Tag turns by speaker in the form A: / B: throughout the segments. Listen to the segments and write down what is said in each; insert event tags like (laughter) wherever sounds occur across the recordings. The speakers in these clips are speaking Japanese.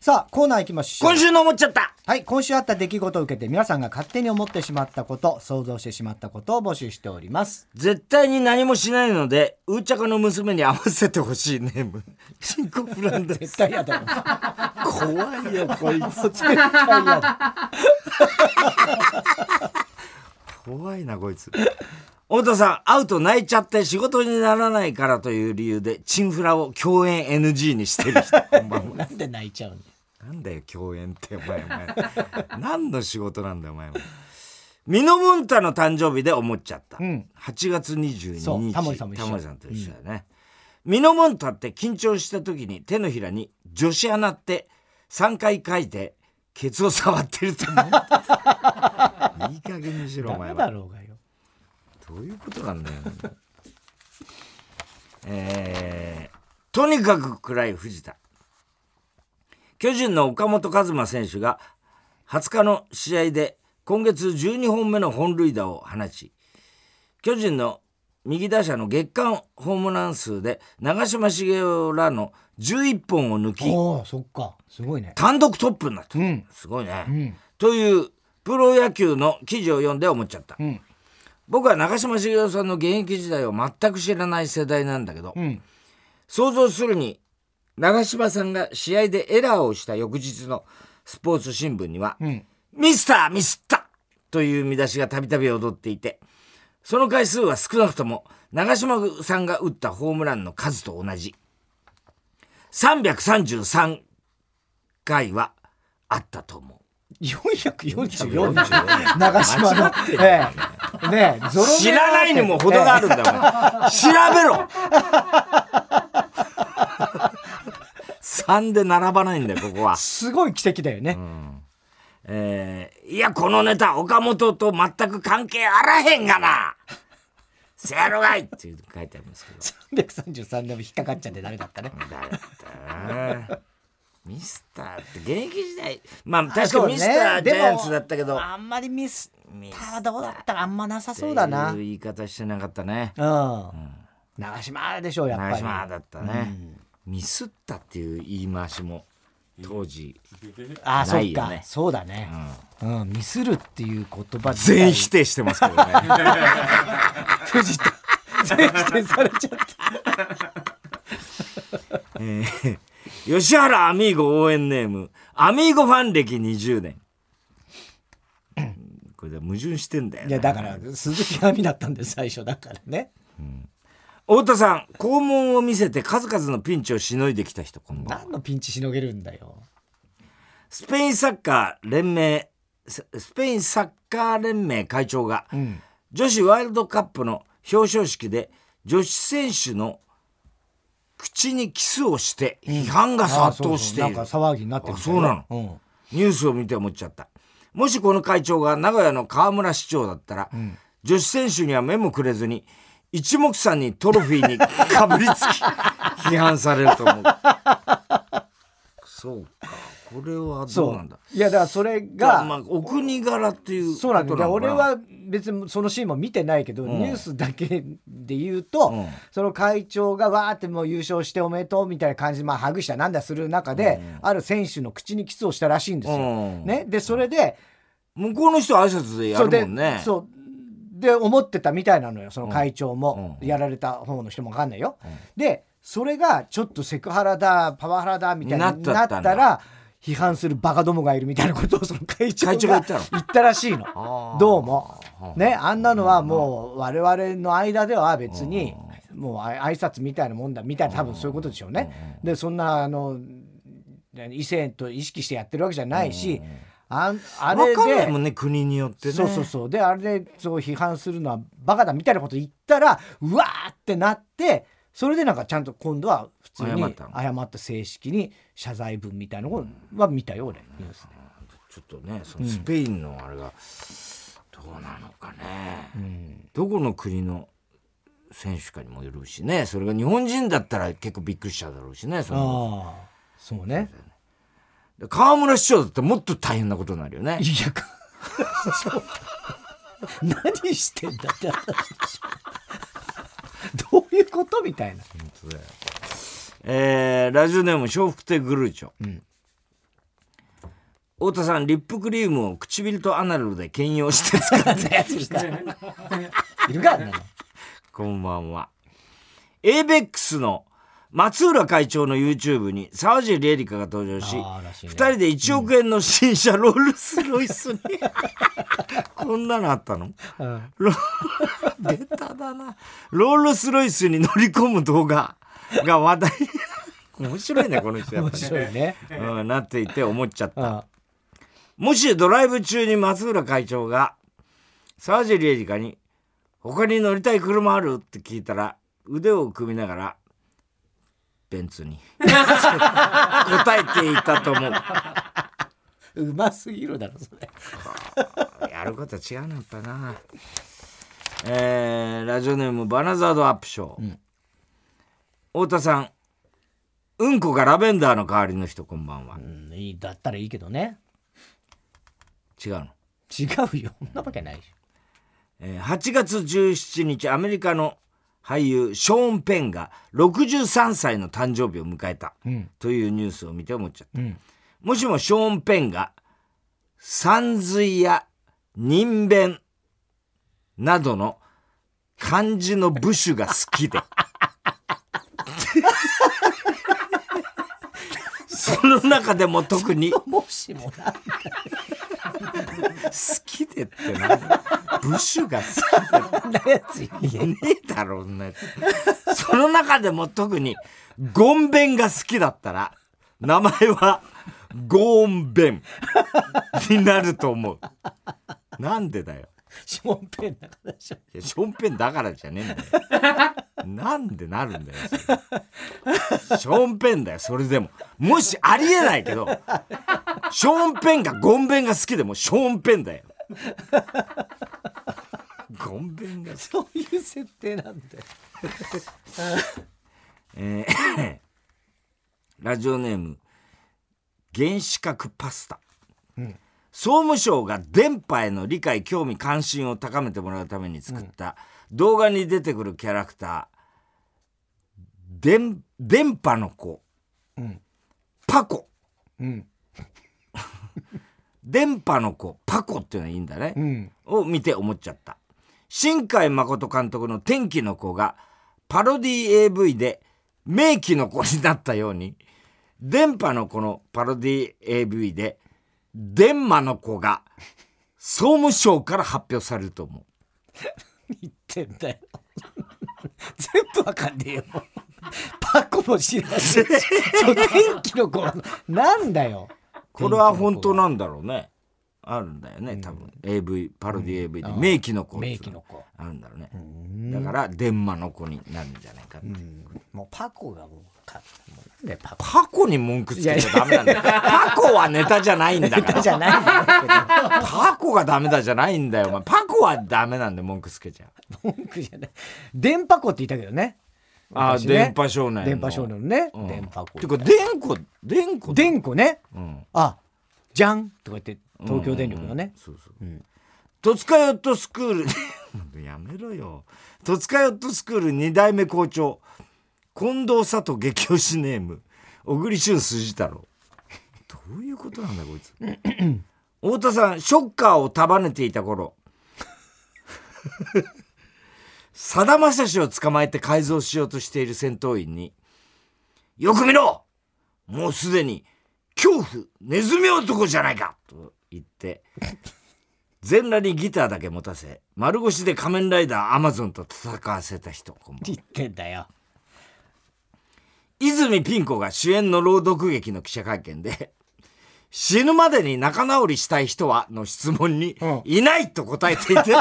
A: さあ、コーナー行きましょう。
B: 今週の思っちゃった
A: はい、今週あった出来事を受けて皆さんが勝手に思ってしまったこと、想像してしまったことを募集しております。
B: 絶対に何もしないので、うーちゃかの娘に合わせてほしいネーム。チンコフランダー
A: 絶
B: ス。
A: 対嫌だよ。
B: 怖いよ、こいつ。
A: 絶対嫌だ。
B: 怖いな、こいつ。太田さん、会うと泣いちゃって仕事にならないからという理由で、チンフラを共演 NG にしてる (laughs) 人、こんばんは。
A: なんで泣いちゃうの
B: なんだよ、共演って、お前、お前。 (laughs) 何の仕事なんだよ、お前は。ミノモンタの誕生日で思っちゃった。
A: ん
B: 8月22日。
A: そうタモリさんも一緒
B: タモリさんと一緒だね。ミノモンタって緊張した時に手のひらに女子穴って3回書いて、ケツを触ってると
A: (laughs)
B: 思った。いい加減にしろ、お
A: ダ
B: 前
A: メ
B: は
A: だ。ろうがよ。
B: どういうことなんだよ。 (laughs) えー、とにかく暗い藤田。巨人の岡本和真選手が20日の試合で今月12本目の本塁打を放ち、巨人の右打者の月間ホームラン数で長嶋茂雄らの11本を抜き、
A: おお、そっか。すごいね。
B: 単独トップになった。
A: うん
B: すごいね、
A: ん
B: というプロ野球の記事を読んで思っちゃった。
A: うん。
B: 僕は長嶋茂雄さんの現役時代を全く知らない世代なんだけど、
A: うん。
B: 想像するに長嶋さんが試合でエラーをした翌日のスポーツ新聞には「
A: うん。
B: ミスターミスった!」という見出しがたびたび踊っていてその回数は少なくとも長嶋さんが打ったホームランの数と同じ333回はあったと思う。
A: 444だ。長島の。ええ。ねえ、ゾロ目
B: 知らないにも程があるんだもん。調べろ !3 で並ばないんだよ、ここは。
A: すごい奇跡だよね。
B: えーいや、このネタ、岡本と全く関係あらへんがなせやろがいっていう書いてありますけど。
A: 333でも引っかかっちゃってダメだったね。
B: だったなミスターって現役時代、まあ確
A: そ
B: か
A: うね
B: ミスタージャイアンツだったけど、
A: あんまりミス
B: ミ
A: ただどうだったらあんまなさそうだな。う
B: っ
A: ん。
B: ていう言い方してなかったね。
A: 長島でしょう、やっぱり。
B: 長島だったね、ミスったっていう言い回しも当時、
A: ああ、そ
B: な
A: っ
B: いよ
A: か
B: ね。
A: そうだね。うん。ミスるっていう言葉自体
B: 全否定してますけ
A: (laughs)
B: どね
A: 藤田。 (laughs) 全否定されちゃった。
B: 吉原アミーゴ応援ネームアミーゴファン歴20年
A: (clears throat)
B: これで矛盾してんだよ、ね、
A: いや、だから、鈴木亜美だったんで、最初だからね。
B: 太田さん肛門を見せて数々のピンチをしのいできた人こんばんは
A: 何のピンチしのげるんだよ。
B: スペインサッカー連盟ススペインサッカー連盟会長が、
A: ん
B: 女子ワールドカップの表彰式で女子選手の口にキスをして批判が殺到してい
A: ああ
B: る、
A: そうそうなんか騒ぎになってるみたいよ
B: あそう
A: うん。
B: ニュースを見て思っちゃったもしこの会長が名古屋の河村市長だったら、女子選手には目もくれずに一目散にトロフィーにかぶりつき
A: (laughs)
B: 批判されると思うそうかこれはどうなんだ
A: いや、だからそれ
B: が、
A: が、
B: まあ、お国柄っていう
A: そうなんだ
B: こ
A: よ
B: となの
A: 俺
B: かな
A: は別にそのシーンも見てないけど、ニュースだけで言うと、
B: うん
A: その会長がわーってもう優勝しておめでとうみたいな感じで、まあ、ハグしたなんだする中で、ある選手の口にキスをしたらしいんですよ。
B: うん
A: ね、でそれで
B: 向こうの人は挨拶でや
A: そう
B: る
A: で
B: もんね
A: そうで思ってたみたいなのよその会長も、
B: うん
A: やられた方の人も分かんないよ。でそれがちょっとセクハラだパワハラだみたいにな
B: なっちゃ
A: っ
B: った
A: た
B: んだ
A: ら批判するバカどもがいるみたいなことをその会長が
B: 会長が言ったの
A: 言ったらしいの
B: あー
A: どうも。ねあんなのはもう我々の間では別にもうあ挨拶みたいなもんだみたいな多分そういうことでしょうね。でそんなあの異性と意識してやってるわけじゃないしあんあれで
B: 分かんないもんね国によってね
A: そうそうそうであれでそう批判するのはバカだみたいなこと言ったらうわーってなってそれでなんかちゃんと今度は普通に
B: 謝
A: 謝
B: ったの
A: った正式に謝罪文みたいなのは見たよ俺ニュースで
B: ちょっとねそのスペインのあれがどうなのかね、どこの国の選手かにもよるしねそれが日本人だったら結構びっくりしちゃうだろうしねその
A: ああそうね
B: 河村市長だったらもっと大変なことになるよね
A: いやかそう何してんだって話でしょどういうことみたいな
B: えーラジオネーム笑福亭グルーチョ、太田さんリップクリームを唇とアナルで兼用して使ったやつですか
A: いるかあんなの
B: こんばんは ABEX の松浦会長の YouTube に沢尻エリカが登場し
C: あーらしい
B: 2
C: ね
B: 人で1億円の新車ロールスロイスにこんなのあったのロベタだなロールスロイスに乗り込む動画が話題に面白いねこの人やっぱ
A: 面白いね。
B: り、うん、なっていて思っちゃった
A: あ
B: もしドライブ中に松浦会長が沢尻エリカに「他に乗りたい車ある?」って聞いたら腕を組みながら「ベンツに」答えていたと思う
A: うますぎるだろ、それ。
B: やることは違うのやっぱなえーラジオネームバナザードアップショー、太田さんうんこがラベンダーの代わりの人こんばんは、
C: うん、いいだったらいいけどね
B: 違うの
C: 違うよそんなわけないし
B: えー8月17日アメリカの俳優ショーン・ペンが63歳の誕生日を迎えたというニュースを見て思っちゃった、もしもショーン・ペンが山水や人弁などの漢字の部首が好きで (laughs) その中でも特に
C: もしもな
B: 好きでってなんだ部首が好きで
C: あんなやつい
B: いねえだろ、そんなやつ。 (laughs) その中でも特に、ゴンベンが好きだったら、名前は、ゴーンベンになると思う。なんでだよ。
C: シモンペンだからでしょ
B: いやションペンだからじゃねえんだよ。なんでなるんだよ。それションペンだよ、それでも。もしありえないけど、ションペンがゴンベンが好きでも、ションペンだよ。ゴンベンが好き
C: そういう設定なんだよ
B: えー (laughs) ラジオネーム原子核パスタ、総務省が電波への理解興味関心を高めてもらうために作った動画に出てくるキャラクター電電波の子、パコ、
A: ん
B: (laughs) 電波の子パコっていうのはいいんだね、
A: うん。
B: を見て思っちゃった新海誠監督の「天気の子」がパロディ AV で「名気の子」になったように電波の子のパロディ AV で「電波の子」が総務省から発表されると思う
C: 言ってんだ
A: (laughs)
C: よ全部わかんねえよパコも知らないしそう天気の子は
A: なんだよ。
B: これは本当なんだろうねあるんだよね多分、AV パロディ AV で「名気の子」ってい
C: 名
B: う
C: 機の子
B: あるんだろうねだから電波の子になるんじゃないかって
C: もうパコがもうかもうなんだよパコ
B: パコに文句つけちゃダメなんだよ。パコはネタじゃないんだから。
C: じゃないんだ
B: パコがダメだじゃないんだよ。お前パコはダメなんで文句つけちゃう。
C: けど文句じゃない
A: 電波子って言ったけどね。
B: ああ、
A: 昔ね
B: 電波少年の。
A: 電波少年のね。
B: うん。
C: 電波子
B: てか、電子、電子。
A: 電子ね。
B: うん。
A: あ、じゃんとか言って、東京電力のね。
B: そうそう。戸塚ヨットスクール、 (laughs) やめろよ。戸塚ヨットスクール2代目校長、近藤佐藤激推しネーム、小栗旬筋太郎。どういうことなんだ、こい (laughs) つ。太田さん、ショッカーを束ねていた頃、さだまさしを捕まえて改造しようとしている戦闘員に、よく見ろもうすでに、恐怖、ネズミ男じゃないかと言って、全裸にギターだけ持たせ、丸腰で仮面ライダーアマゾンと戦わせた人、こんばんは
C: 言ってんだよ
B: 泉ピン子が主演の朗読劇の記者会見で、死ぬまでに仲直りしたい人はの質問に、いないと答えていて。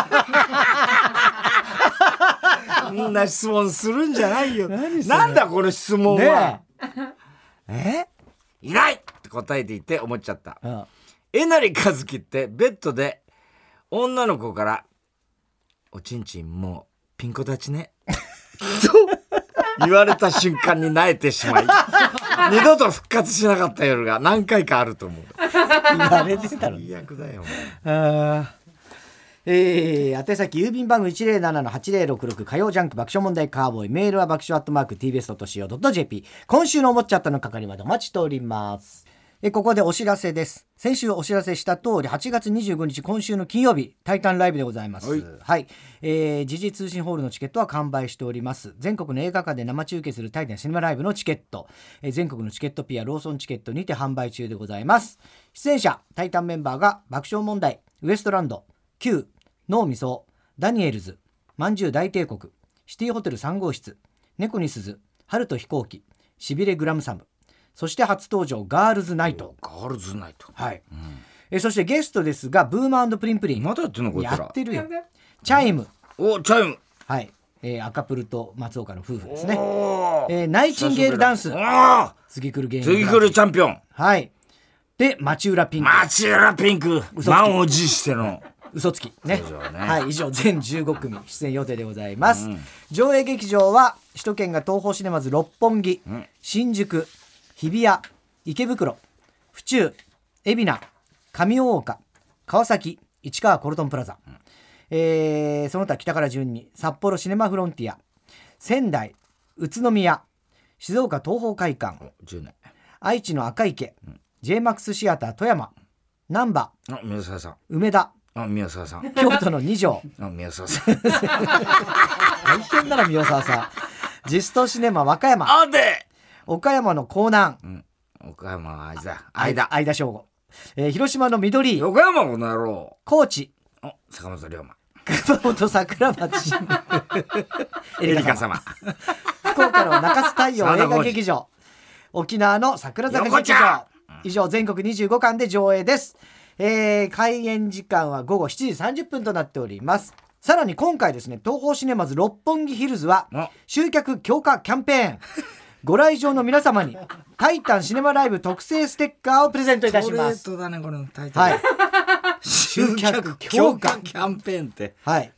B: こんな質問するんじゃないよ。なんだこの質問は
A: ね。え
B: いないって答えていて思っちゃった。
A: えうん。
B: えなりかずきってベッドで女の子から「おちんちんもうピンコ立ちね」と言われた瞬間に萎えてしまい二度と復活しなかった夜が何回かあると思う
C: 言われてた
B: (laughs)
C: の
B: 最悪だよ
A: あーえー、宛先郵便番号107-8066火曜ジャンク爆笑問題カーボーイメールは爆笑アットマーク TBS.CO.jp 今週の思っちゃったの係までお待ちしておりますえここでお知らせです先週お知らせした通り8月25日今週の金曜日「タイタンライブ」でございます
B: はい
A: はい、えー時事通信ホールのチケットは完売しております全国の映画館で生中継するタイタンシネマライブのチケット、えー全国のチケットピアローソンチケットにて販売中でございます出演者タイタンメンバーが爆笑問題ウエストランド Q 脳みそダニエルズまんじゅう大帝国シティホテル3号室猫に鈴春と飛行機しびれグラムサムそして初登場ガールズナイト
B: ガールズナイト。
A: はい、えそしてゲストですがブーマープリンプリン
B: まだやってんのこいつら。
A: やってるよチャイム
B: お、チャイム。
A: はい、えー、赤プルと松岡の夫婦ですね、
B: おー
A: えー、ナイチンゲールダンス
B: あ
A: 次来る芸
B: ー
A: 人
B: 次来るチャンピオン。
A: はいで町浦ピンク
B: 町浦ピンク。満を持しての。
A: 嘘つきね
B: そうですよね
A: はい以上全15組出演予定でございます、上映劇場は首都圏が東宝シネマズ六本木、新宿日比谷池袋府中海老名上大岡川崎市川コルトンプラザ、えーその他北から順に札幌シネマフロンティア仙台宇都宮静岡東宝会館
B: 10年。
A: 愛知の赤池、JMAX シアター富山難波
B: あ、宮沢さん。
A: 梅田
B: あ、宮沢さん。
A: 京都の二条
B: あ、宮沢さん。
A: 大変だな宮沢さんジストシネマ和歌山
B: あで。
A: 岡山の江南
B: 岡山は間だ。間。
A: 相田翔吾、えー広島の緑井
B: 横山この野郎。
A: 高知
B: お、坂本龍馬。
A: 熊本桜町 (laughs) エ
B: エ
A: リ
B: リ
A: カ
B: カ
A: 様
B: 様。
A: 福岡の中洲太陽
B: 沢田
A: 映
B: 浩
A: 画
B: 二
A: 劇場沖縄の桜坂
B: 横
A: 劇
B: ちゃ
A: 場以上全国25巻で上映です、えー開演時間は午後7時30分となっておりますさらに今回ですね東宝シネマズ六本木ヒルズは
B: あ
A: 集客強化キャンペーンご来場の皆様に「タイタンシネマライブ」特製ステッカーをプレゼントいたします
B: ストレートだね、これのタイトル。
A: はい
B: 集客強化キャンペーンって。
A: はい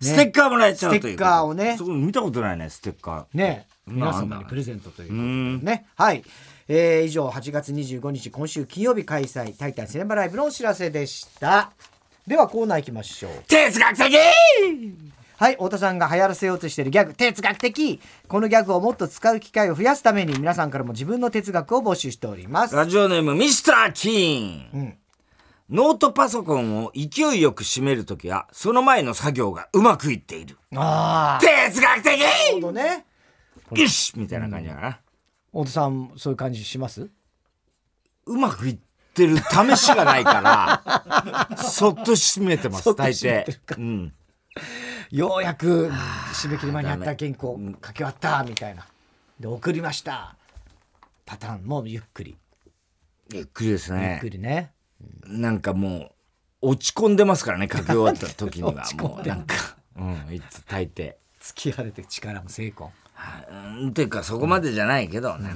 B: ステッカーもらえちゃうということ
A: ステッカーをね
B: そこ見たことないね、ステッカー。
A: ねえ
B: まあ
A: 皆様
B: あん
A: に
B: だ
A: プレゼントという
B: う
A: ことで
B: ん。
A: ねはい、えー以上8月25日今週金曜日開催「タイタンシネマライブ」のお知らせでしたではコーナー行きましょう
B: 哲学的
A: はい太田さんが流行らせようとしているギャグ哲学的このギャグをもっと使う機会を増やすために皆さんからも自分の哲学を募集しております
B: ラジオネーム、ミスター・キーン。
A: ん
B: ノートパソコンを勢いよく閉めるときは、その前の作業がうまくいっている。
A: ああ
B: 哲学
A: なるほ
B: 的
A: どね
B: よしみたいな感じだな。
A: 太田さんそういう感じします
B: うまくいってる試しがないから、そっと閉めて
A: そ
B: ま
A: っ
B: す、
A: と
B: 大
A: 閉め
B: 抵
A: てる。
B: うん。
A: ようやく締め切り間にあった
B: ダメ
A: 原稿書き終わったみたいなで送りましたパターンもゆっくり
B: ゆっくりです
A: ゆっ
B: ね
A: く。りね
B: なんかもう、落ち込んでますからね、書き終わった時に
A: (laughs)
B: は。もう、なんか、うん、いつ大抵。
A: 突き晴れて力も成功
B: うんっていうかそこまでじゃないけど、ね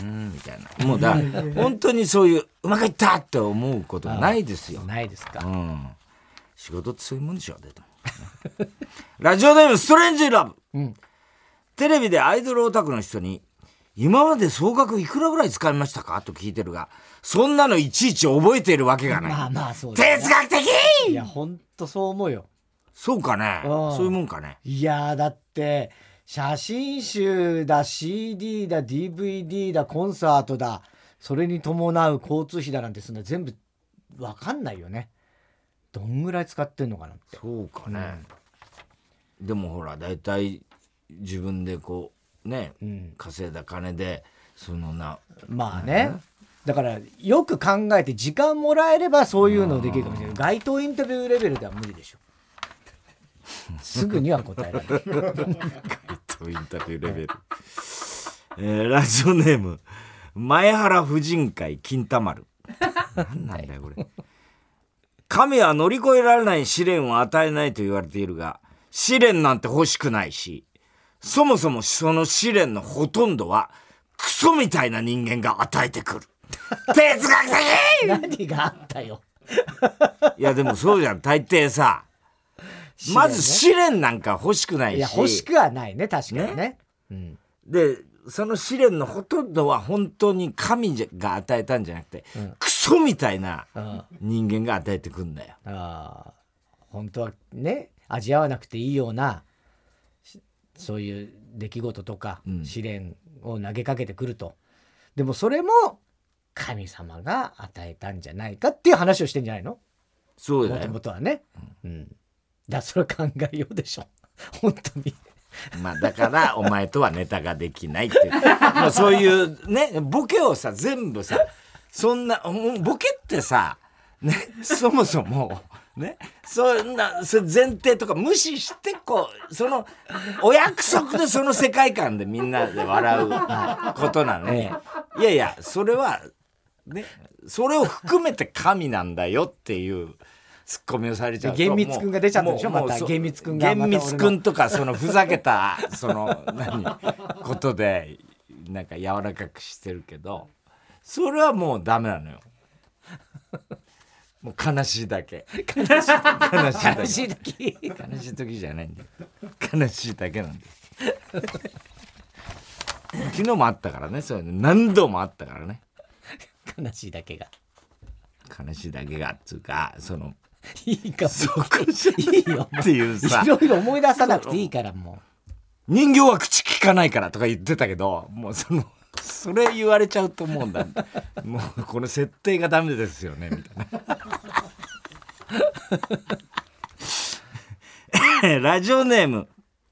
B: うん、うんみたいなもうだ本当にそういううまくいったって思うことがないですよ、
A: ないですか
B: うん、仕事ってそういうもんでしょでとラジオネームストレンジラブ、テレビでアイドルオタクの人に「今まで総額いくらぐらい使いましたか?」と聞いてるがそんなのいちいち覚えているわけがない、
A: まあまあそうだよ
B: 哲学的
A: いやほんとそう思うよ
B: そうかね
A: うん
B: そういうもんかね
A: いやーだって写真集だ CD だ DVD だコンサートだそれに伴う交通費だなんてそんな全部わかんないよねどんぐらい使ってんのかなって
B: そうかね、でもほら大体自分でこうね、稼いだ金でそのな
A: まあね、だからよく考えて時間もらえればそういうのできるかもしれない街頭インタビューレベルでは無理で
B: (laughs)
A: しょすぐには答えられない
B: とインタビューレベル、えーラジオネーム前原婦人会金玉丸何なんだよこれ神は乗り越えられない試練を与えないと言われているが試練なんて欲しくないしそもそもその試練のほとんどはクソみたいな人間が与えてくる哲学的
A: 何があったよ
B: いやでもそうじゃん大抵さ
A: 練ね
B: まず試練なんか欲しくないし
A: いや欲しくはないね確かにね
B: でその試練のほとんどは本当に神が与えたんじゃなくて、クソみたいな人間が与えてくんだよ。
A: ああ本当はね味合わなくていいようなしそういう出来事とか、試練を投げかけてくるとでもそれも神様が与えたんじゃないかっていう話をしてんじゃないの
B: そう
A: も
B: だ
A: とも
B: よ。
A: とはね。うん。だからそれは考えようでしょ。 (laughs) 本当に。
B: まあだから、お前とはネタができないっていう。 (laughs) まあそういうね、ボケをさ、全部さ、そんな、もうボケってさ、ね、そもそも、ね、そんな、それ前提とか無視して、こう、その、お約束でその世界観でみんなで笑うことなのに、いやいや、それは、ね、それを含めて神なんだよっていうツッコミをされちゃうと
A: 厳密君が出ちゃったでしょ
B: もうもう
A: また
B: そう
A: 厳密君がまた
B: 厳
A: 俺の
B: 密君とかそのふざけた (laughs) その何ことでなんか柔らかくしてるけどそれはもうダメなのよもう悲しいだけ悲しい悲しいだけ
A: 悲しい時。
B: 悲しい時じゃないんだよ悲しいだけなんだよ昨日もあったからねそういうの何度もあったからね
A: 悲しいだけが。 (laughs)
B: 悲しいだけがっつうかその
A: いいかも。
B: そこじゃいいよ (laughs) っていうさ
A: いろいろ思い出さなくていいからも
B: 人形は口利かないからとか言ってたけどもうそのそれ言われちゃうと思うん (laughs) だもうこの設定がダメですよねみたいな (laughs) ラジオネーム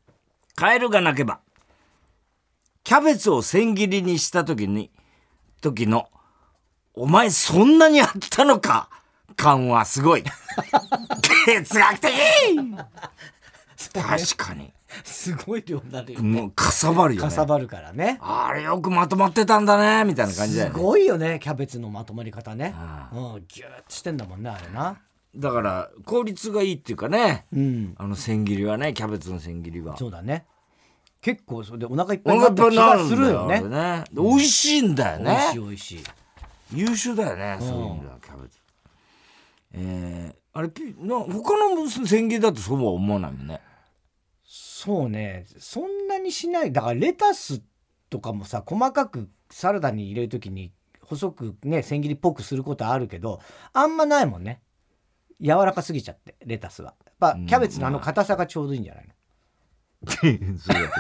B: 「カエルが鳴けば」キャベツを千切りにした時に時の「お前そんなにあったのか!」感はす (laughs) ごい哲学的 (laughs) 確かに
A: う。すごい量になるよ。
B: もうかさばるよね
A: かさばるからね。
B: あれよくまとまってたんだねみたいな感じだ
A: す
B: よね
A: ごいよねキャベツのまとまり方ね
B: あ
A: うんギューッとしてんだもんねあれな
B: だから効率がいいっていうかね
A: うん
B: あの千切りはねキャベツの千切りは
A: そうだね結構それでお腹いっぱい
B: お
A: にな
B: 腹
A: っ
B: いった
A: 気
B: ぱいにな
A: が
B: るん
A: す
B: だ
A: る
B: よ
A: よね
B: あれねで美味しいんだよ
A: 美味しい
B: ね
A: 美味しい
B: 優秀だよねそういう意味ではキャベツえーあれピな他の千切りだとそうは思わないもん
A: (laughs)
B: ね
A: そうねそんなにしないだからレタスとかもさ細かくサラダに入れるときに細くね千切りっぽくすることあるけどあんまないもんね柔らかすぎちゃってレタスはやっぱ
B: うん
A: キャベツのあの硬さがちょうどいいんじゃないの、
B: そうだけ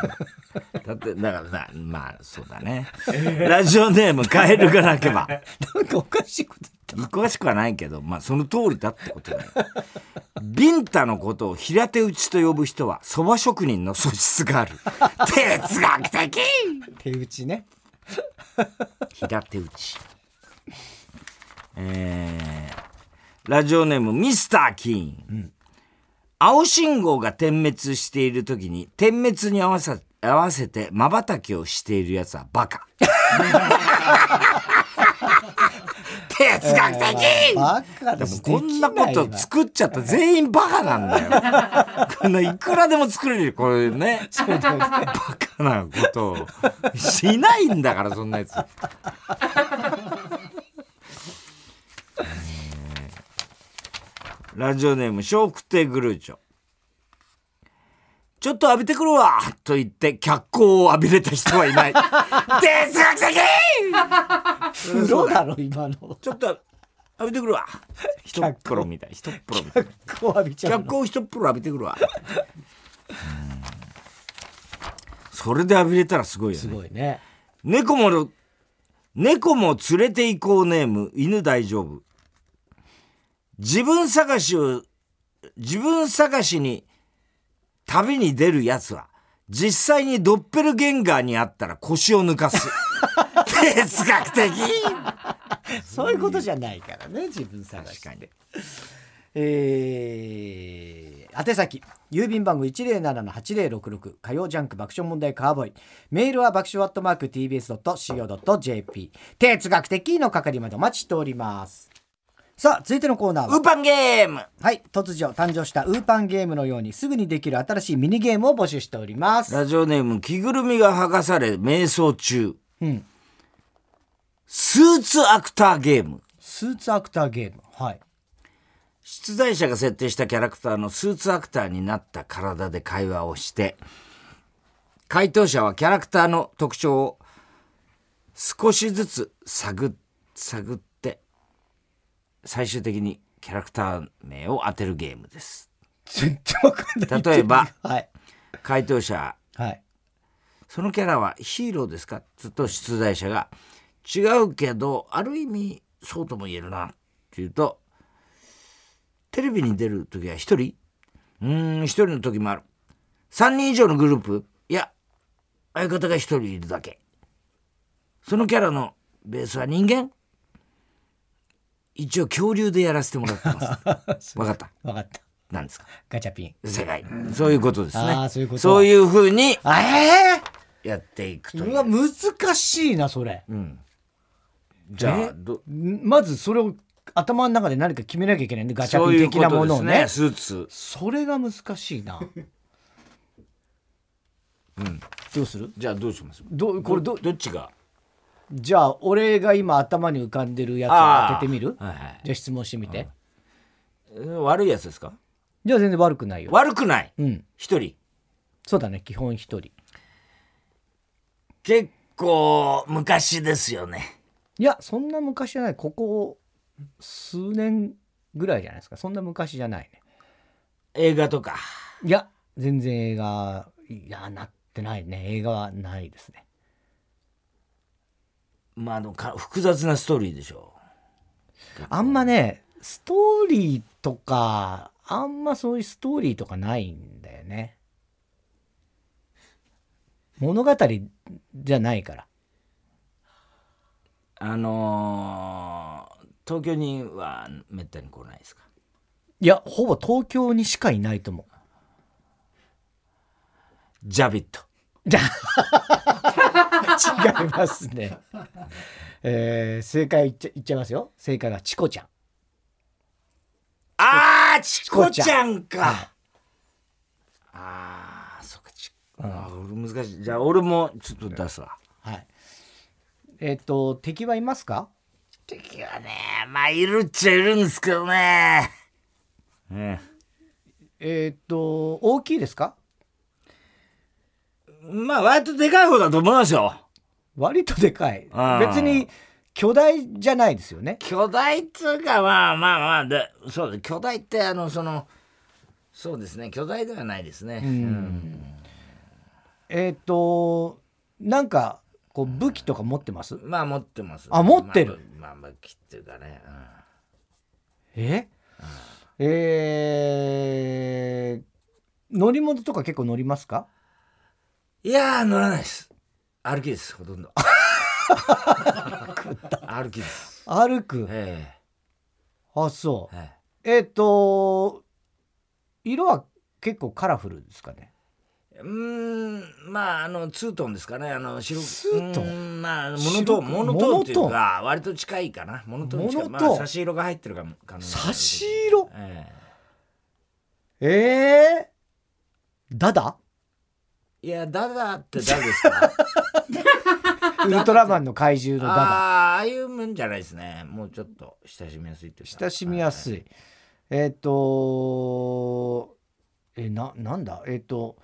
B: どだってだからさまあそうだねラジオネームカエルがなけば
A: (laughs) なんかおかしいこと
B: 詳しくはないけど、まあ、その通りだってことだよ。ビンタのことを平手打ちと呼ぶ人は蕎麦職人の素質がある哲学的
A: 手打ちね
B: 平手打ちえー、ラジオネームミスター・キーン、青信号が点滅している時に点滅に合わさ合わせてまばたきをしているやつはバカ哲学的、
A: バカ
B: で
A: だ
B: も
A: し
B: こんなこと作っちゃった全員バカなんだよ。こんないくらでも作れるよ、これね。バカなことをしないんだから、そんなやつ。えーラジオネーム、笑福亭グルーチョ。ちょっと浴びてくるわと言って脚光を浴びれた人はいない。哲学的
A: 風呂だろ今の
B: ちょっと浴びてくるわ。一っ風呂みたい。一っ風呂みたい。
A: こう浴びちゃう
B: 脚
A: の
B: 光一っ風呂浴びてくるわ。それで浴びれたらすごいよ
A: す
B: ね。
A: ごいね
B: 猫も、猫も連れて行こうネーム、犬大丈夫。自分探しを、自分探しに旅に出るやつは、実際にドッペルゲンガーに会ったら腰を抜か (laughs) す。哲学的
A: そういうことじゃないからね自分探し
B: 確かに。
A: えー宛先郵便番号107-8066火曜ジャンク爆笑問題カーボーイメールは爆笑アットマーク TBS.CO.JP 哲学的の係までお待ちしておりますさあ続いてのコーナー
B: ウー
A: は
B: パンゲーム
A: はい突如誕生したウーパンゲームのようにすぐにできる新しいミニゲームを募集しております
B: ラジオネーム、着ぐるみが剥がされ、瞑想中。
A: うん
B: スーツアクターゲーム。
A: スーツアクターゲームはい
B: 出題者が設定したキャラクターのスーツアクターになった体で会話をして、回答者はキャラクターの特徴を少しずつ探、探って、最終的にキャラクター名を当てるゲームです。
A: 全然わかんない
B: 例えば
A: はい
B: 回答者、
A: はい
B: そのキャラはヒーローですかずっと出題者が、違うけどある意味そうとも言えるなっていうとテレビに出る時は1人うーん1人の時もある3人以上のグループいや相方が1人いるだけそのキャラのベースは人間一応恐竜でやらせてもらってます
A: (laughs)
B: 分かった
A: 分かった
B: なんですか
A: ガチャピン
B: 世界そういうことです
A: あ
B: ね
A: ーそういうこと
B: そういうふうに
A: え
B: やっていくと
A: え
B: い
A: う
B: う
A: わ難しいなそれ
B: じゃあ
A: え
B: ど
A: んまずそれを頭の中で何か決めなきゃいけないねガチャ
B: そう
A: ピ
B: い
A: ン
B: う
A: 的な
B: こ
A: もの
B: とです
A: をね
B: ねスーツ
A: それが難しいな
B: (laughs)
A: どうする
B: じゃあどうします
A: どうこれど
B: どっちが
A: じゃあ俺が今頭に浮かんでるやつを当ててみる、
B: はいはい
A: じゃあ質問してみて、
B: うん悪いやつですか
A: じゃあ全然悪くないよ
B: 悪くない
A: うん
B: 一人
A: そうだね基本一人
B: 結構昔ですよね
A: いやそんな昔じゃないここ数年ぐらいじゃないですかそんな昔じゃないね
B: 映画とか
A: いや全然映画いやなってないね映画はないですね
B: まああのか複雑なストーリーでしょ
A: あんまねストーリーとかあんまそういうストーリーとかないんだよね物語じゃないから
B: あのー東京にはめったに来ないですか
A: いやほぼ東京にしかいないと思う
B: ジャビット
A: (laughs) 違いますね。えー正解いっちゃいっちゃいますよ。正解はチコちゃん。
B: あーチコち
A: チコち
B: ゃんかあーそっかチコあー俺難しいじゃあ俺もちょっと出すわ
A: はい。えっ、と敵はいますか？
B: 敵はねまあいるっちゃいるんですけどねえ
A: えっ、と大きいですか？
B: えまあ割とでかい方だと思いますよ
A: 割とでかい
B: あ。ー
A: 別に巨大じゃないですよね。
B: 巨大っつうかまあまあまあでそうだ巨大ってあのそのそうですね巨大ではないですね、うん
A: えっ、となんかこう武器とか持ってます？
B: まあ持ってます、
A: あ持ってる
B: まあまあ切っていうかね、う
A: え？えー乗り物とか結構乗りますか？
B: んいやー乗らないです歩きですほとんど歩きです
A: 歩く。
B: え
A: あそう
B: え。え
A: えっ、と色は結構カラフルですかね
B: えうーんまああのツートンですかねあの白く
A: ツートン
B: うーんまあモノトーン
A: 白
B: モ
A: く
B: ノトーンっていうか割と近いかなモノトーンに近い
A: モノトーン
B: まあ差し色が入ってるかも可能性あ
A: 差
B: る
A: し色
B: ええ
A: ええダ
B: (laughs)
A: ダ
B: いや、ダダって誰です
A: (laughs)
B: か
A: ウルトラマンの怪獣
B: あ
A: のダ
B: あ、ああいうもんじゃないですね。もうちょっと親しみやすいっていう
A: ダ親しみやすいえっ、とえななんだえっ、と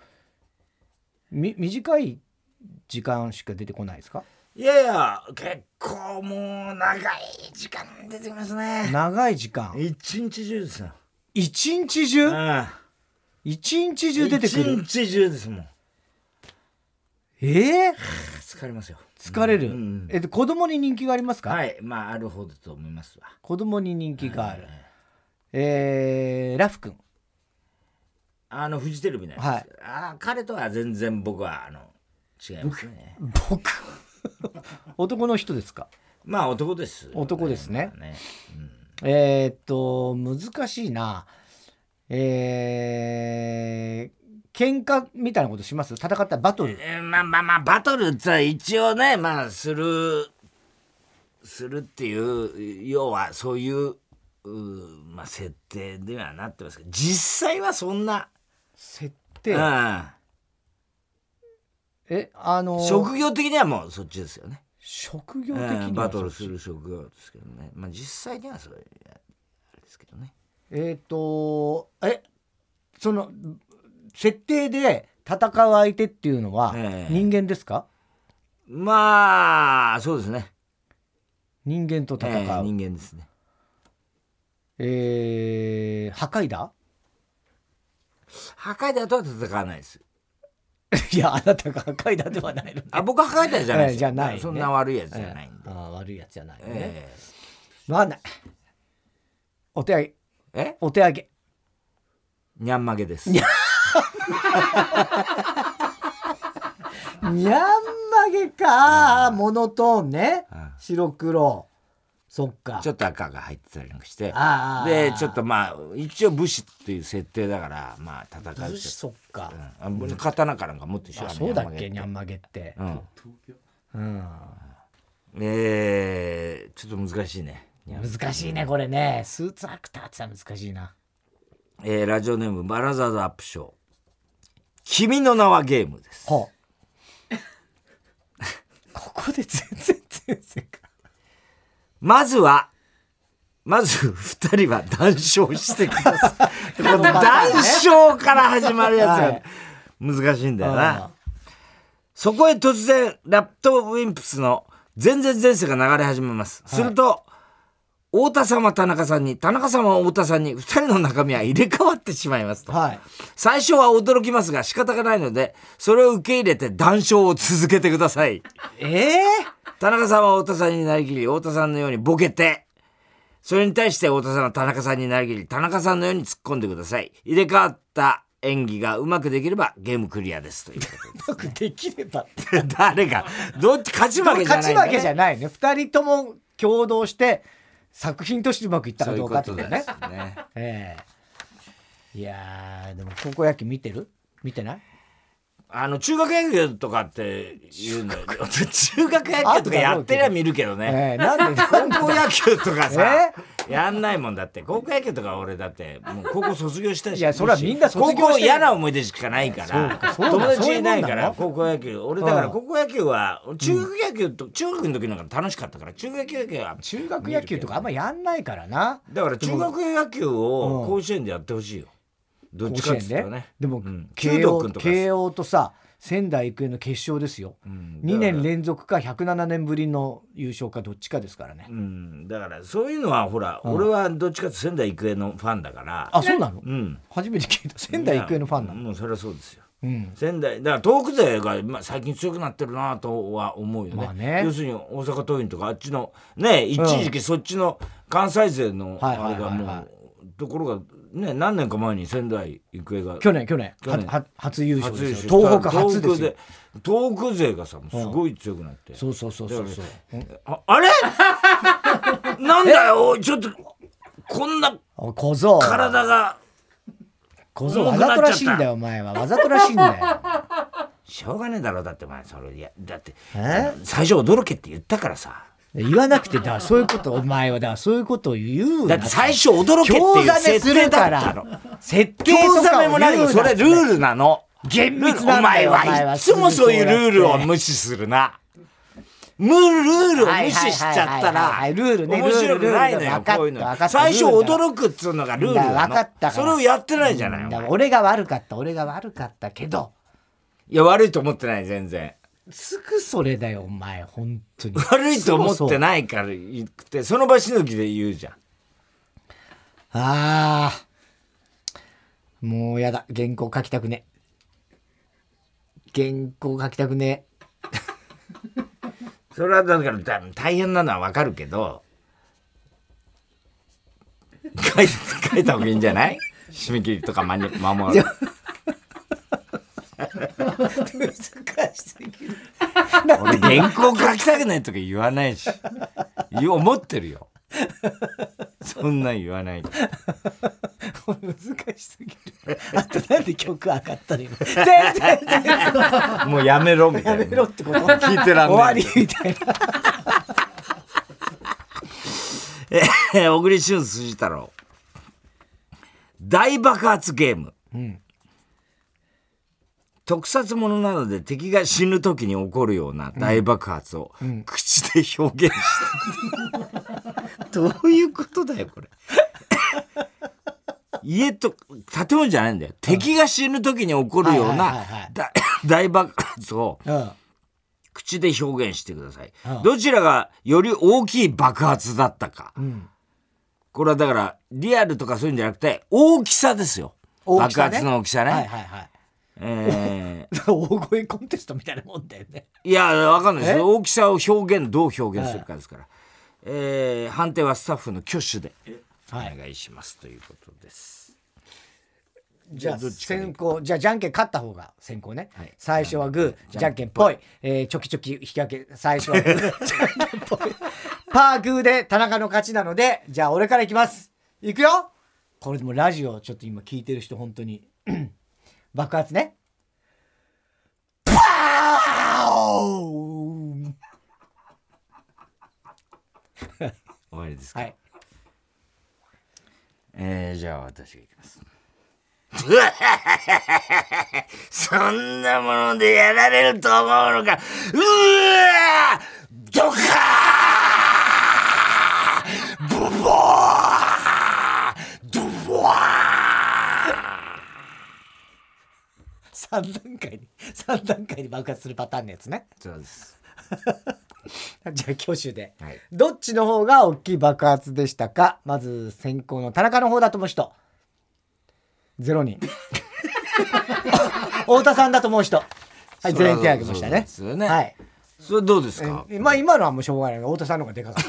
A: み短い時間しか出てこないですか
B: い。いやいや、結構もう長い時間出てきますね。
A: 長い時間
B: 一日中ですよ。
A: 一日中
B: ああ
A: 一日
B: 一
A: 中出てくる
B: 日中ですもん。
A: えー、
B: 疲れますよ。
A: 疲れる、
B: うん
A: えっと子供に人気がありますか、
B: はい、まあ、ある方だと思いますわ。
A: 子供に人気がある、えーラフ君
B: あの、フジテレビのやつ。
A: はい
B: ああ、彼とは全然僕は、あの、違いますね。
A: 僕男の人ですか
B: まあ、男ですよ、
A: 男ですね
B: まあね
A: えーっと難しいなえー、喧嘩みたいなことします戦ったらバトル
B: えーまあまあまあバトルって一応ねまあするするっていう要はそういううーまあ設定ではなってますけど実際はそんな、
A: 設
B: う
A: 定
B: ん、
A: えあのー
B: 職業的にはもうそっちですよね、
A: 職業
B: う
A: 的には
B: ん、バトルする職業ですけどねまあ実際にはそれあれですけどね
A: えーっとえその設定で戦う相手っていうのは
B: ええ
A: 人間ですか、
B: まあそうですね、
A: 人間と戦
B: えー
A: う
B: 人間ですね
A: えー、破壊だ (laughs)
B: 破壊だとは戦わないです
A: いやあなたが破壊だではないのね
B: あ僕は書いたじゃない
A: え
B: ですよ
A: えじゃないね
B: そんな悪いやつじゃないんで
A: ああ悪いやつじゃないのね
B: え
A: わかんないお手上げ
B: ええ
A: お手上げ
B: にゃんまげです
A: にゃんまげかモノトーンね
B: うん
A: 白黒そっか
B: ちょっと赤が入ってたりなんかして
A: ああ
B: でちょっとまあ一応武士っていう設定だからまあ戦う
A: 武
B: 武
A: 士そっか
B: うんあ、刀かなんか持ってしょ
A: あそうだっけにゃんまげって
B: うん
A: うん
B: えー、ちょっと難しいね
A: 難しいねこれねスーツアクターってさ難しいな
B: えーラジオネームバラザードアップショー「君の名はゲーム」です
A: ほ
B: (laughs)
A: うここで全然全然か
B: まずはまず二人は談笑してく
A: (laughs)
B: ださいこの談笑から始まるやつが難しいんだよな、そこへ突然ラットウィンプスの「全然前世」が流れ始めます、すると太田様田中さんに田中様太田さんに二人の中身は入れ替わってしまいますと
A: はい
B: 最初は驚きますが仕方がないのでそれを受け入れて談笑を続けてください
A: ええ
B: (laughs) 田中さんは太田さんになりきり太田さんのようにボケてそれに対して太田さんは田中さんになりきり田中さんのように突っ込んでください入れ替わった演技がうまくできればゲームクリアですということで
A: うまくできればって (laughs)
B: 誰がどっち勝ち負けじゃ
A: 勝
B: ない
A: ち
B: んだ
A: 負
B: ね
A: けじゃないね二人とも共同して作品としてうまくいったかどうかっていうね
B: そういうことですね
A: ええいやーでも高校野球見てる見てない
B: あの中学野球とかって言うんだよね中学野球とかやってりゃ見るけどね
A: ええなんでなんで
B: 高校野球とかさやんないもんだって高校野球とか俺だってもう高校卒業したし
A: いやそれはみんな卒業してる
B: 高校嫌な思い出しかないから
A: そうかそう
B: 友
A: なの
B: 達いな
A: そういうも
B: いか
A: んな
B: ら
A: の
B: 高校野球俺だから
A: うん
B: 高校野球は中学野球と中学の時なんか楽しかったから中学野球は
A: 中学野球とかあんまやんないからな
B: だから中学野球を甲子園でやってほしいよどっ
A: 甲
B: ちか
A: 子
B: っつ
A: 園
B: ったら
A: で
B: ね
A: でも
B: うん
A: 慶
B: 中
A: 応
B: 毒のとか
A: 慶応とさ仙台育英の決勝ですよ
B: うん
A: 2
B: だから
A: 年連続か107年ぶりの優勝かどっちかですからね
B: うん、だからそういうのはほら、
A: うん
B: 俺はどっちかって仙台育英のファンだから
A: あそうなの
B: うん
A: 初めて聞いた仙台育英のファンなの
B: もうそれはそうですよ
A: うん
B: 仙台だから東北勢が、まあ、最近強くなってるなとは思うよね,、
A: まあね
B: 要するに大阪桐蔭とかあっちのね一時期そっちの関西勢の
A: はい
B: あ
A: はい
B: れが
A: はい
B: もう、
A: はい
B: ところがね何年か前に仙台育英が
A: 去年去年
B: 去年
A: はは初優勝
B: 初優
A: です
B: 勝
A: よ東北初ですよ
B: 東北で東北勢がさもうすごい強くなって、
A: そうそうそうそうそう
B: ああれ (laughs) なんだよおいちょっとこんな
A: お小僧
B: 体が
A: 小僧わざとらしいんだよお前はわざとらしいんだよ
B: しょうがねえだろだってお前それいやだって
A: え
B: 最初驚けって言ったからさ
A: 言わなくてだからそういうことお前はだからそういうことを言う
B: だ
A: な
B: って最初驚けっていう設定だったの
A: 設定
B: 興
A: と
B: ざ
A: か
B: め
A: を言
B: も
A: うな
B: なくそれルールなの
A: 厳密
B: お
A: なんだ
B: 前
A: よ
B: はいつもそういうルールを無視するなむルールを無視しちゃったら
A: はいはいはいはいはいル
B: 面
A: ールね
B: 白くないの
A: ルールルール分
B: よ
A: かった
B: こういうの
A: 分かった
B: 最初
A: ルールだ
B: 驚くっつうのがルール
A: だから分か
B: な
A: ったから
B: のそれをやってないじゃないお
A: だか
B: 前
A: ら俺が悪かった俺が悪かったけど
B: いや悪いと思ってない全然
A: すぐそれだよお前本当に
B: 悪いと思って
A: い
B: ないから言ってその場しのぎで言うじゃん
A: あーもうやだ原稿書きたくね原稿書きたくね
B: それはだからだ大変なのはわかるけど書い書いた方がいいんじゃない締め切りとか間に守る
A: 難しすぎる
B: 俺原稿書きたくないとか言わないし言う思ってるよそんなん言わない
A: 難しすぎる (laughs) あとなんで曲上がったの今全然全然
B: もうやめろみたい
A: や
B: な
A: めろって
B: (laughs)
A: こと
B: 聞いてら
A: 終
B: んな
A: わ
B: い
A: りみたいな
B: えー小栗旬辻太郎大爆発ゲーム、特撮ものなので敵が死ぬ時に起こるような大爆発を口で表現して、 (laughs) どういうことだよこれ (laughs) 家と建物じゃないんだよ敵が死ぬ時に起こるよう
A: はいはいはいは
B: ないだ (laughs) 大爆発を
A: うん
B: 口で表現してください、
A: うん
B: どちらがより大きい爆発だったか、
A: ん
B: これはだからリアルとかそういうんじゃなくて大きさですよ、
A: 大き
B: 爆
A: さね
B: 発の大きさね、
A: はいはいはい (laughs)
B: えー
A: 大声コンテストみたいなもんだよね。
B: いやわかんないです
A: え
B: 大きさを表現どう表現するかですから、えー判定はスタッフの挙手でお
A: はい
B: 願いしますということです、
A: じゃあ
B: どっちから
A: 先行じゃあじゃんけん勝った方が先行ね、
B: はい
A: 最初はグーじゃんけんぽい、えー、チョキチョキ引き分け最初はグーじゃんけんぽいパーグーで田中の勝ちなのでじゃあ俺からいきますいくよこれでもラジオちょっと今聞いてる人本当に爆発ねパオーン
B: 終わりですか、
A: はい
B: えーじゃあ私がいきます。 (laughs) そんなものでやられると思うのか。うわドカーブボードボー
A: 3段階に3段階に爆発するパターンのやつね
B: そうです。
A: (laughs) じゃあ挙手で、
B: はい
A: どっちの方が大きい爆発でしたかまず先行の田中の方だと思う人0人
B: (laughs)
A: 太田さんだと思う人はい全員手挙げましたね
B: そうですよね
A: はい
B: それどうですか
A: えまあ今のはもうしょうがない太田さんの方がでかかっ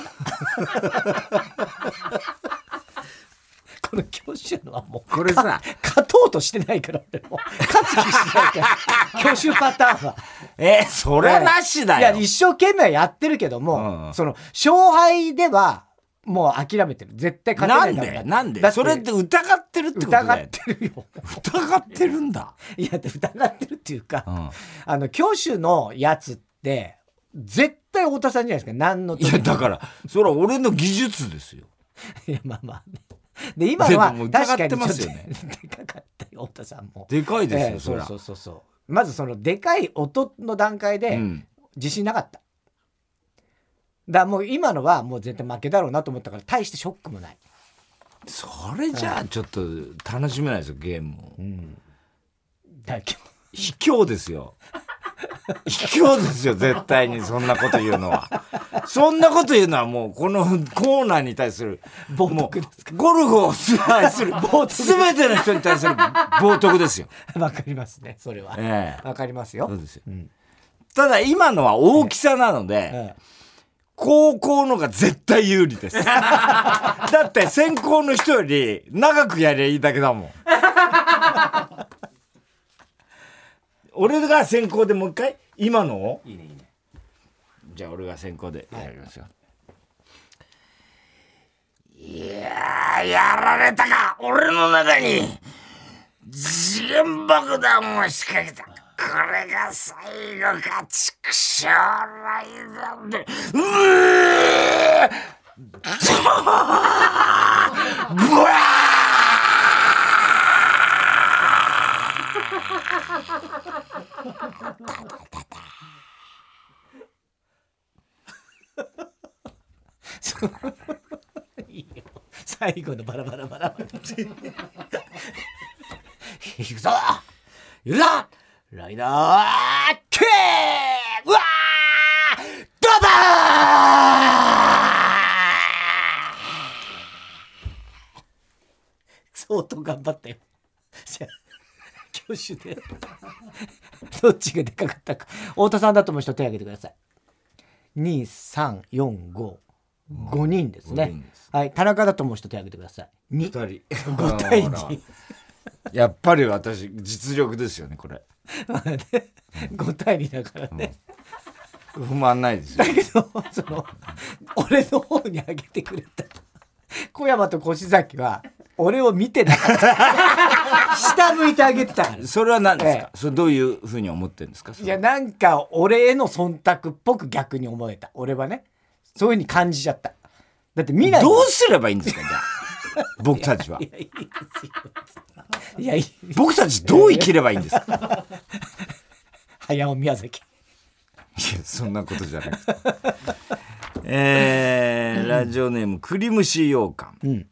A: た
B: (laughs)
A: この教習のはもう
B: これさ、
A: 勝とうとしてないから俺も勝つ気しないか
B: (laughs)
A: ら教習パターンは
B: え、それはなしだよ。
A: いや、一生懸命はやってるけども、
B: うん
A: その、勝敗では、もう諦めてる。絶対勝て
B: な
A: ない
B: ん
A: だろう
B: で
A: って
B: なん
A: だ
B: で
A: って
B: それって疑ってるってことだよ。
A: 疑ってるよ。
B: 疑ってるんだ。
A: いや、疑ってるっていうか、
B: ん
A: あの、教習のやつって、絶対太田さんじゃないですか。何の
B: い
A: 時
B: や
A: も
B: だからそれは俺の技術ですよ。
A: いや、まあまあね。で、今のは
B: でももう
A: 確
B: 疑
A: か
B: って
A: にちょっと
B: ますよね
A: でかかったよ、太田さんも。
B: でかいですよ、
A: ええ
B: そりゃ。
A: そうそうそうそう。まずその、でかい音の段階で、
B: うん
A: 自信なかった。だからもう今のはもう絶対負けだろうなと思ったから大してショックもない。
B: それじゃあちょっと楽しめないですよゲームを。
A: だけど
B: 卑怯ですよ。卑怯ですよ絶対にそんなこと言うのは。そんなこと言うのはもうこのコーナーに対する
A: 冒涜
B: もうゴルフを支配する全ての人に対する冒涜ですよ。
A: (laughs) わかりますね、それは。
B: ええ
A: わかりますよ。
B: そうですよ。ただ今のは大きさなので。
A: え
B: 高校のが絶対有利です。
A: (laughs)
B: だって先行の人より長くやりゃいいだけだも
A: (laughs)
B: ん。俺が先行でもう一回今のをいいねいいね。じゃあ俺が先行でやりますよ。い、やーやられたか俺の中に次元爆弾を仕掛けた。これが最後か畜生ライダーで。うーブワ
A: え (laughs) いいよ最後のバラバラバラバラ。行くぞ行くぞライダーキーうわードバー相当頑張ったよ。じゃあ、挙手で。どっちがでかかったか。太田さんだと思う人手挙げてください。2、3、4、5。5人です
B: 五人
A: ね
B: で。
A: はい。田中だと思う人手挙げてください。2。
B: ー
A: 5
B: !5
A: 対2。
B: (laughs) やっぱり私、実力ですよね、これ。
A: 5対2だからね、
B: 不満ないですよ。
A: だけどその俺の方にあげてくれた小山と越崎は俺を見てなかった下向いてあげてたから
B: (laughs) それは何ですか、
A: え
B: それどういうふうに思ってるんですかそれ
A: いやなんか俺への忖度っぽく逆に思えた俺はねそういうふうに感じちゃっただって見ない。
B: どうすればいいんですかじゃあ僕たちはい
A: やいいですよいやいい
B: 僕たちどう生きればいいんですかいや、
A: 早尾宮崎
B: そんなことじゃなくて。 (laughs) えー、ラジオネーム、クリムシ羊羹。
A: ん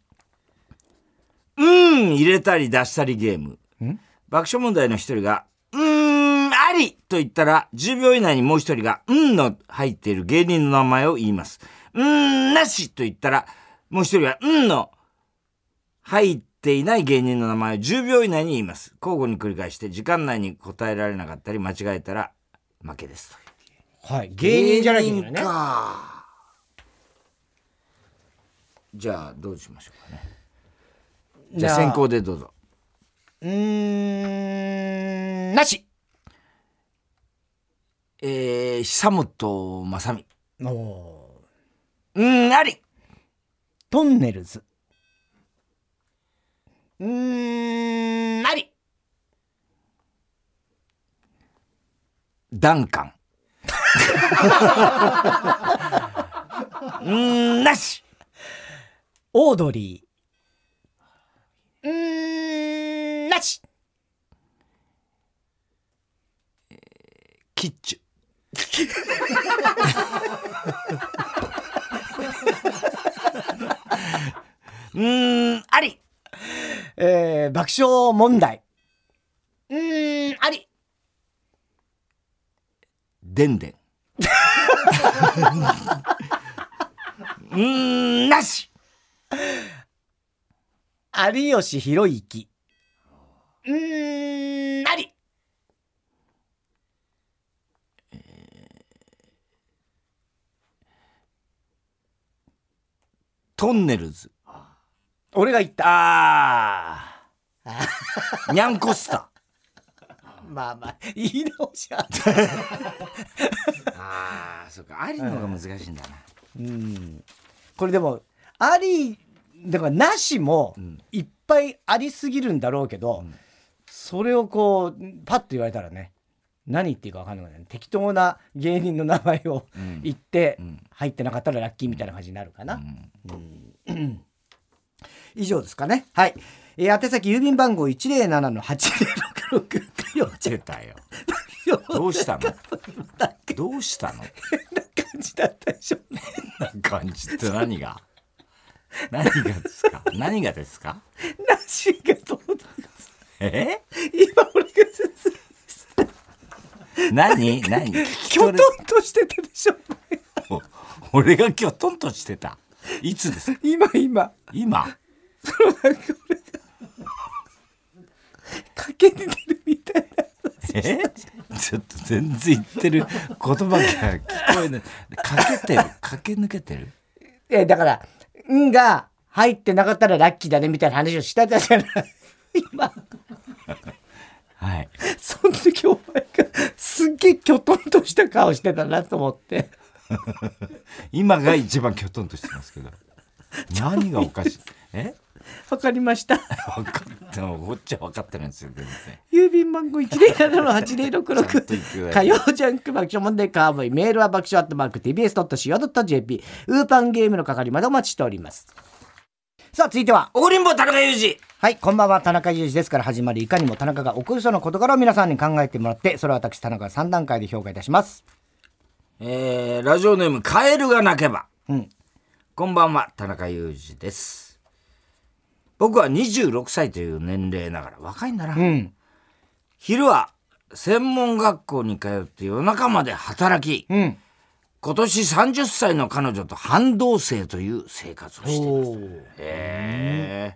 B: うん、入れたり出したりゲーム。爆笑問題の一人が、うーん、ありと言ったら、10秒以内にもう一人が、うんの入っている芸人の名前を言います。うーん、なしと言ったら、もう一人が、うんの入っっていない芸人の名前を10秒以内に言います交互に繰り返して時間内に答えられなかったり間違えたら負けですという
A: はい芸人じゃないんだよね
B: 芸人かじゃあどうしましょうかねじゃあ先行でどうぞ
A: うーんなし
B: えー、久本雅美
A: おー
B: うんあり
A: トンネルズうーんあり
B: ダ
A: (laughs)
B: ンカンうんなし
A: オードリーうーんなし
B: キッチュうーんあり
A: えー、爆笑問題うーんあり
B: でんでんうーんなし
A: 有吉弘行うーんあり
B: トンネルズ
A: 俺が言った
B: あーにゃんこスタ
A: まあまあ言い直しは
B: あーそうかありのが難しいんだな、
A: うんこれでもありだからなしも
B: ん
A: いっぱいありすぎるんだろうけど、それをこうパッと言われたらね何言っていいか分かんないからね適当な芸人の名前を
B: ん
A: 言って、
B: ん
A: 入ってなかったらラッキーみたいな感じになるかな、
B: うん
A: 以上ですかねはい、えー宛先郵便番号107-8066火曜
B: 出たよ
A: 日曜
B: どうしたのどうしたの
A: 感じだったで (laughs) しょうね
B: 感じって何が何がですか何がですか
A: なしがどうだ
B: え
A: 今 (laughs) 俺が説明
B: 何何
A: きょとんとしてたでしょうね
B: お俺がきょとんとしてたいつですか
A: 今今
B: 今
A: かけてるみたいな
B: えちょっと全然言ってる言葉が聞こえないかけてるかけ抜けてる
A: えだから「ん」が入ってなかったらラッキーだねみたいな話をしたじゃない今
B: はい
A: その時お前がすっげえきょとんとした顔してたなと思って
B: 今が一番きょとんとしてますけど何がおかしいえ
A: わかりました
B: 分かってこっちは分かってるんですよ全然
A: 郵便番号107-8066火曜ジャンク爆笑問題カーボーイメールは爆笑アットマーク TBS.CO.JP ウーパンゲームの係までお待ちしておりますさあ続いては
B: おごりんぼ田中裕
A: はい、こんばんは、田中裕二ですから始まり、いかにも田中が送るその事柄を皆さんに考えてもらって、それを私、田中が3段階で評価いたします。
B: 二えー、ラジオネームカエルが鳴けば
A: うん。
B: こんばんは、田中裕二です。僕は26歳という年齢ながら若いんだな。
A: うん。
B: 昼は専門学校に通って夜中まで働き、
A: うん。
B: 今年30歳の彼女と半同棲という生活をしています。
A: ー
B: へえ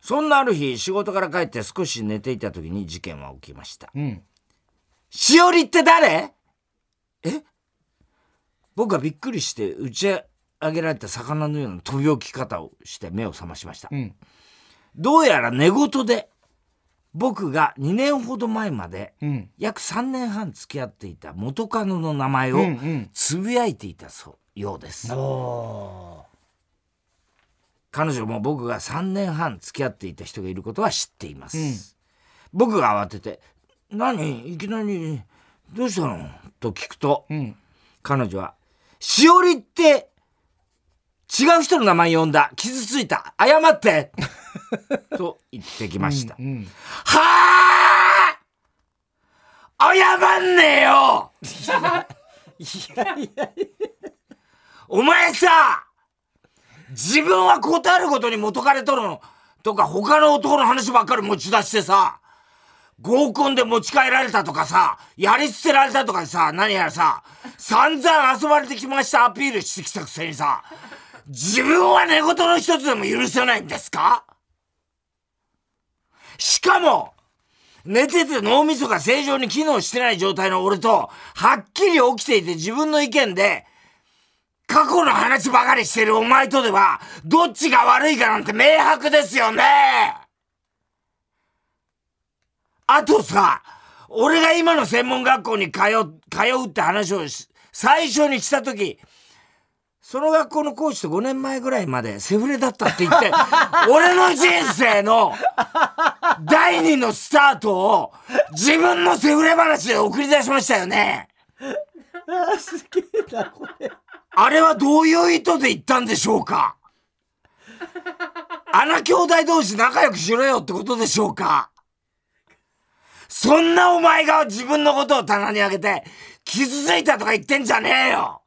B: そんなある日仕事から帰って少し寝ていた時に事件は起きました、
A: ん
B: しおりって誰え僕はびっくりして打ち上げられた魚のような飛び起き方をして目を覚ましました、
A: ん
B: どうやら寝言で僕が2年ほど前まで
A: うん。
B: 約3年半付き合っていた元カノの名前
A: うん。う
B: を
A: ん。
B: つぶやいていたそうようです、
A: お
B: 彼女も僕が3年半付き合っていた人がいることは知っています、僕が慌てて「何いきなりどうしたの?」と聞くと、
A: ん
B: 彼女は「しおりって違う人の名前呼んだ傷ついた謝って」 (laughs) と言ってきました、
A: ん。
B: はあ謝んねえ
A: (laughs)
B: よ
A: いやいや、
B: お前さ自分は断ることに元彼とのとか他の男の話ばっかり持ち出してさ合コンで持ち帰られたとかさやり捨てられたとかさ何やらさ散々遊ばれてきましたアピールしてきたくせにさ自分は寝言の一つでも許せないんですかしかも、寝てて脳みそが正常に機能してない状態の俺と、はっきり起きていて自分の意見で、過去の話ばかりしてるお前とでは、どっちが悪いかなんて明白ですよねあとさ、俺が今の専門学校に通う、通うって話をし最初にした時、その学校の講師と5年前ぐらいまでセフレだったって言って、俺の人生の第二のスタートを自分のセフレ話で送り出しましたよね。
A: あすげえな、これ。
B: あれはどういう意図で言ったんでしょうか穴兄弟同士仲良くしろよってことでしょうかそんなお前が自分のことを棚にあげて、傷ついたとか言ってんじゃねえよ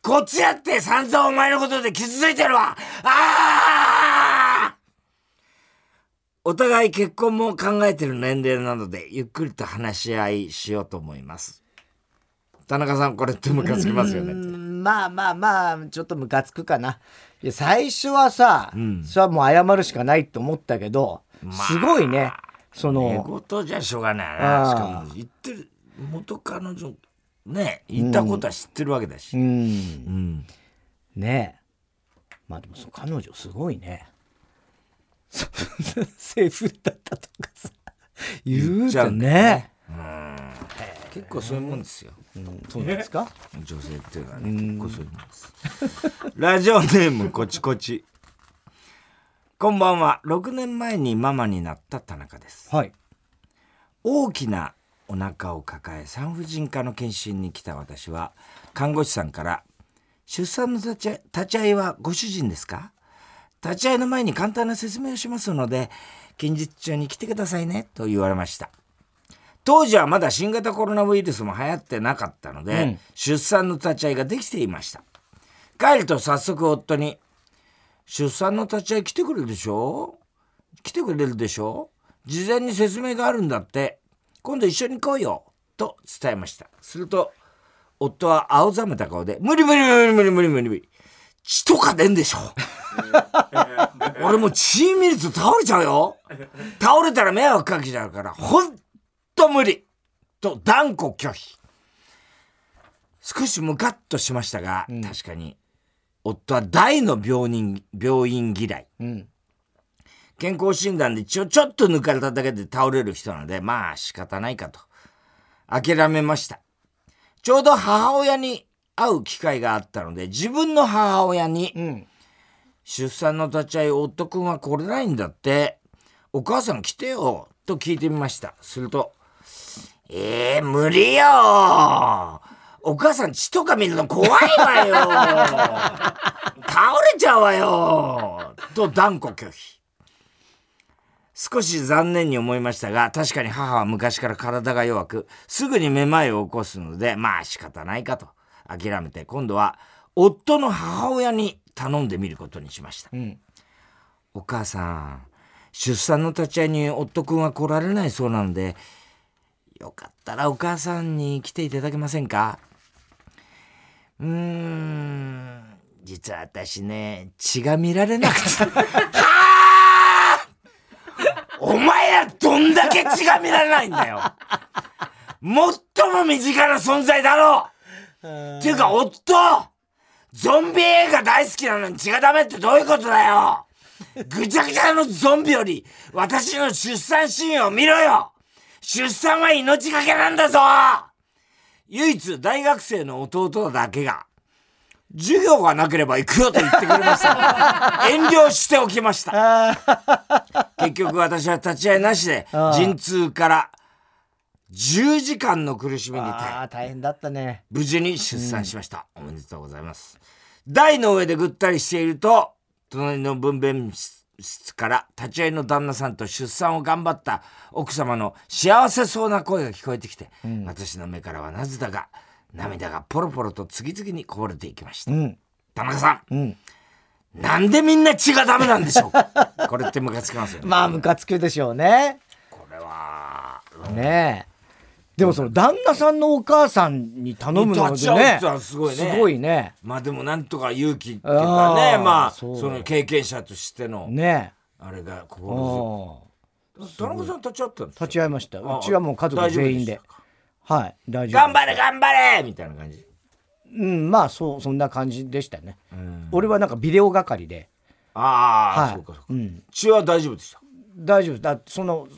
B: こっちやって散々お前のことで傷ついてるわああお互い結婚も考えてる年齢なので、ゆっくりと話し合いしようと思います。田中さん、これってムカつきますよね。
A: まあまあまあ、ちょっとムカつくかな。いや、最初はさ、うん、それはもう謝るしかないと思ったけど、まあ、すごいね。その。
B: 寝言じゃしょうがないな。しかも、言ってる、元彼女、ね、言ったことは知ってるわけだし。、
A: うん。うん、ねえ。まあでも、その彼女すごいね。 (laughs) セーフだったとかさ、言うじゃね。ねうん
B: 結構そういうもんですよ。
A: うん、そうなんですか
B: 女性っていうのはね結構そういうもんですラジオネームこちこちこんばんは6年前にママになった田中です、
A: はい、
B: 大きなお腹を抱え産婦人科の検診に来た私は看護師さんから「出産の立ち立ち会いはご主人ですか?」立ち会いの前に簡単な説明をしますので近日中に来てくださいねと言われました当時はまだ新型コロナウイルスも流行ってなかったので、うん、出産の立ち会いができていました帰ると早速夫に「出産の立ち会い来てくれるでしょ来てくれるでしょ事前に説明があるんだって今度一緒に来いよ」と伝えましたすると夫は青ざめた顔で「無理無理無理無理無理無理無理血とか出んでしょ」俺もう血見ると倒れちゃうよ倒れたら迷惑かけちゃうから本と無理と断固拒否少しムカッとしましたが、うん、確かに夫は大の病人病院嫌い、
A: うん、
B: 健康診断で一応ちょっと抜かれただけで倒れる人なのでまあ仕方ないかと諦めましたちょうど母親に会う機会があったので自分の母親に、
A: うん、
B: 出産の立ち会い夫君は来れないんだってお母さん来てよと聞いてみましたするとえー、無理よお母さん血とか見るの怖いわよ倒れちゃうわよと断固拒否少し残念に思いましたが確かに母は昔から体が弱くすぐにめまいを起こすのでまあ仕方ないかと諦めて今度は夫の母親に頼んでみることにしました、
A: うん、
B: お母さん出産の立ち会いに夫君は来られないそうなのでよかったらお母さんに来ていただけませんかうーん、実は私ね、血が見られなくて。お前らどんだけ血が見られないんだよ。最も身近な存在だろうっていうか、夫ゾンビ映画大好きなのに血がダメってどういうことだよぐちゃぐちゃのゾンビより、私の出産シーンを見ろよ出産は命がけなんだぞ唯一大学生の弟だけが、授業がなければ行くよと言ってくれました。遠慮しておきました。結局私は立ち会いなしで、陣痛から10時間の苦しみに耐
A: え、大変だったね。
B: 無事に出産しました。うん、おめでとうございます。台の上でぐったりしていると、隣の分娩室、室から立ち会いの旦那さんと出産を頑張った奥様の幸せそうな声が聞こえてきて、うん、私の目からはなぜだか涙がポロポロと次々にこぼれていきました、
A: うん、
B: 田中さ
A: ん、うん、
B: なんでみんな血がダメなんでし
A: (laughs)
B: ょうかこれってムカつきますよね
A: まあムカつくでしょうね
B: これは、
A: ねえでもその旦那さんのお母さんに頼むのもね
B: すごいね
A: すごいね
B: まあでもなんとか勇気っていうかねまあその経験者としての
A: ね
B: あれが心田中さん立ち会ったんです
A: 立ち会いました
B: あ
A: うちはもう家族全員で
B: 大丈夫した
A: はい大丈夫
B: 頑張れ頑張れみたいな感じ
A: うんまあそうそんな感じでしたね
B: ん
A: 俺はなんかビデオ係で
B: ああ、
A: はい
B: そうかそうか、
A: うん
B: 血は大丈夫でした
A: 大丈夫ですだその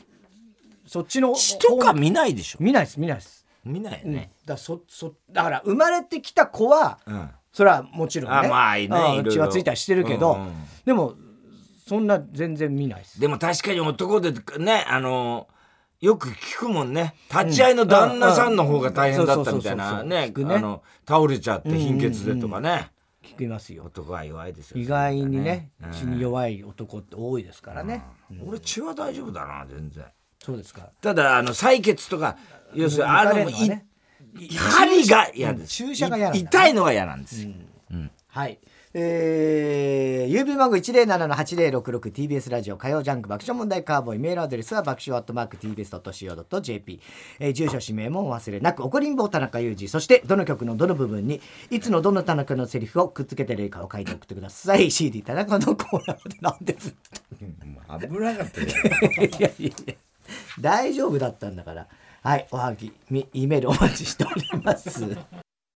A: そっちの
B: 血と
A: 方
B: か見ないでしょ
A: 見ないです見ないです、
B: 見ないよ
A: うん、だ
B: ね、
A: からそそだから生まれてきた子は
B: うん
A: それはもちろんね
B: あまあねいろいろ
A: 血はついたりしてるけど、
B: うんうん
A: でもそんな全然見ないです
B: でも確かに男でねあのよく聞くもんね立ち会いの旦那さんの方が大変だったみたい
A: う
B: な
A: んうんうん
B: ね
A: そうそうそうそう聞くね
B: あの倒れちゃって貧血でとかね、
A: 聞きますよ
B: 男は弱いですよ
A: 意外にね
B: うん
A: 血に弱い男って多いですからね、
B: 俺血は大丈夫だな全然
A: そうですか
B: ただあの採血とか要するにあ
A: 抜かれ
B: の
A: るのはね
B: い針が嫌です
A: うん注射が嫌なんだ
B: い
A: ね
B: 痛いのが嫌なんですよ、
C: はい。えー、郵便番号 107-8066TBS ラジオ火曜ジャンク爆笑問題カーボーイメールアドレスは爆笑アットマーク TBS.CO.JP、えー、住所氏名もお忘れなく怒りん坊田中裕二そしてどの曲のどの部分にいつのどの田中のセリフをくっつけてるかを書いて送ってください (laughs) CD 田中のコーナーまでなんです
B: 危なかったよ
C: いやいやいや大丈夫だったんだからはいおはぎみ E メールお待ちしております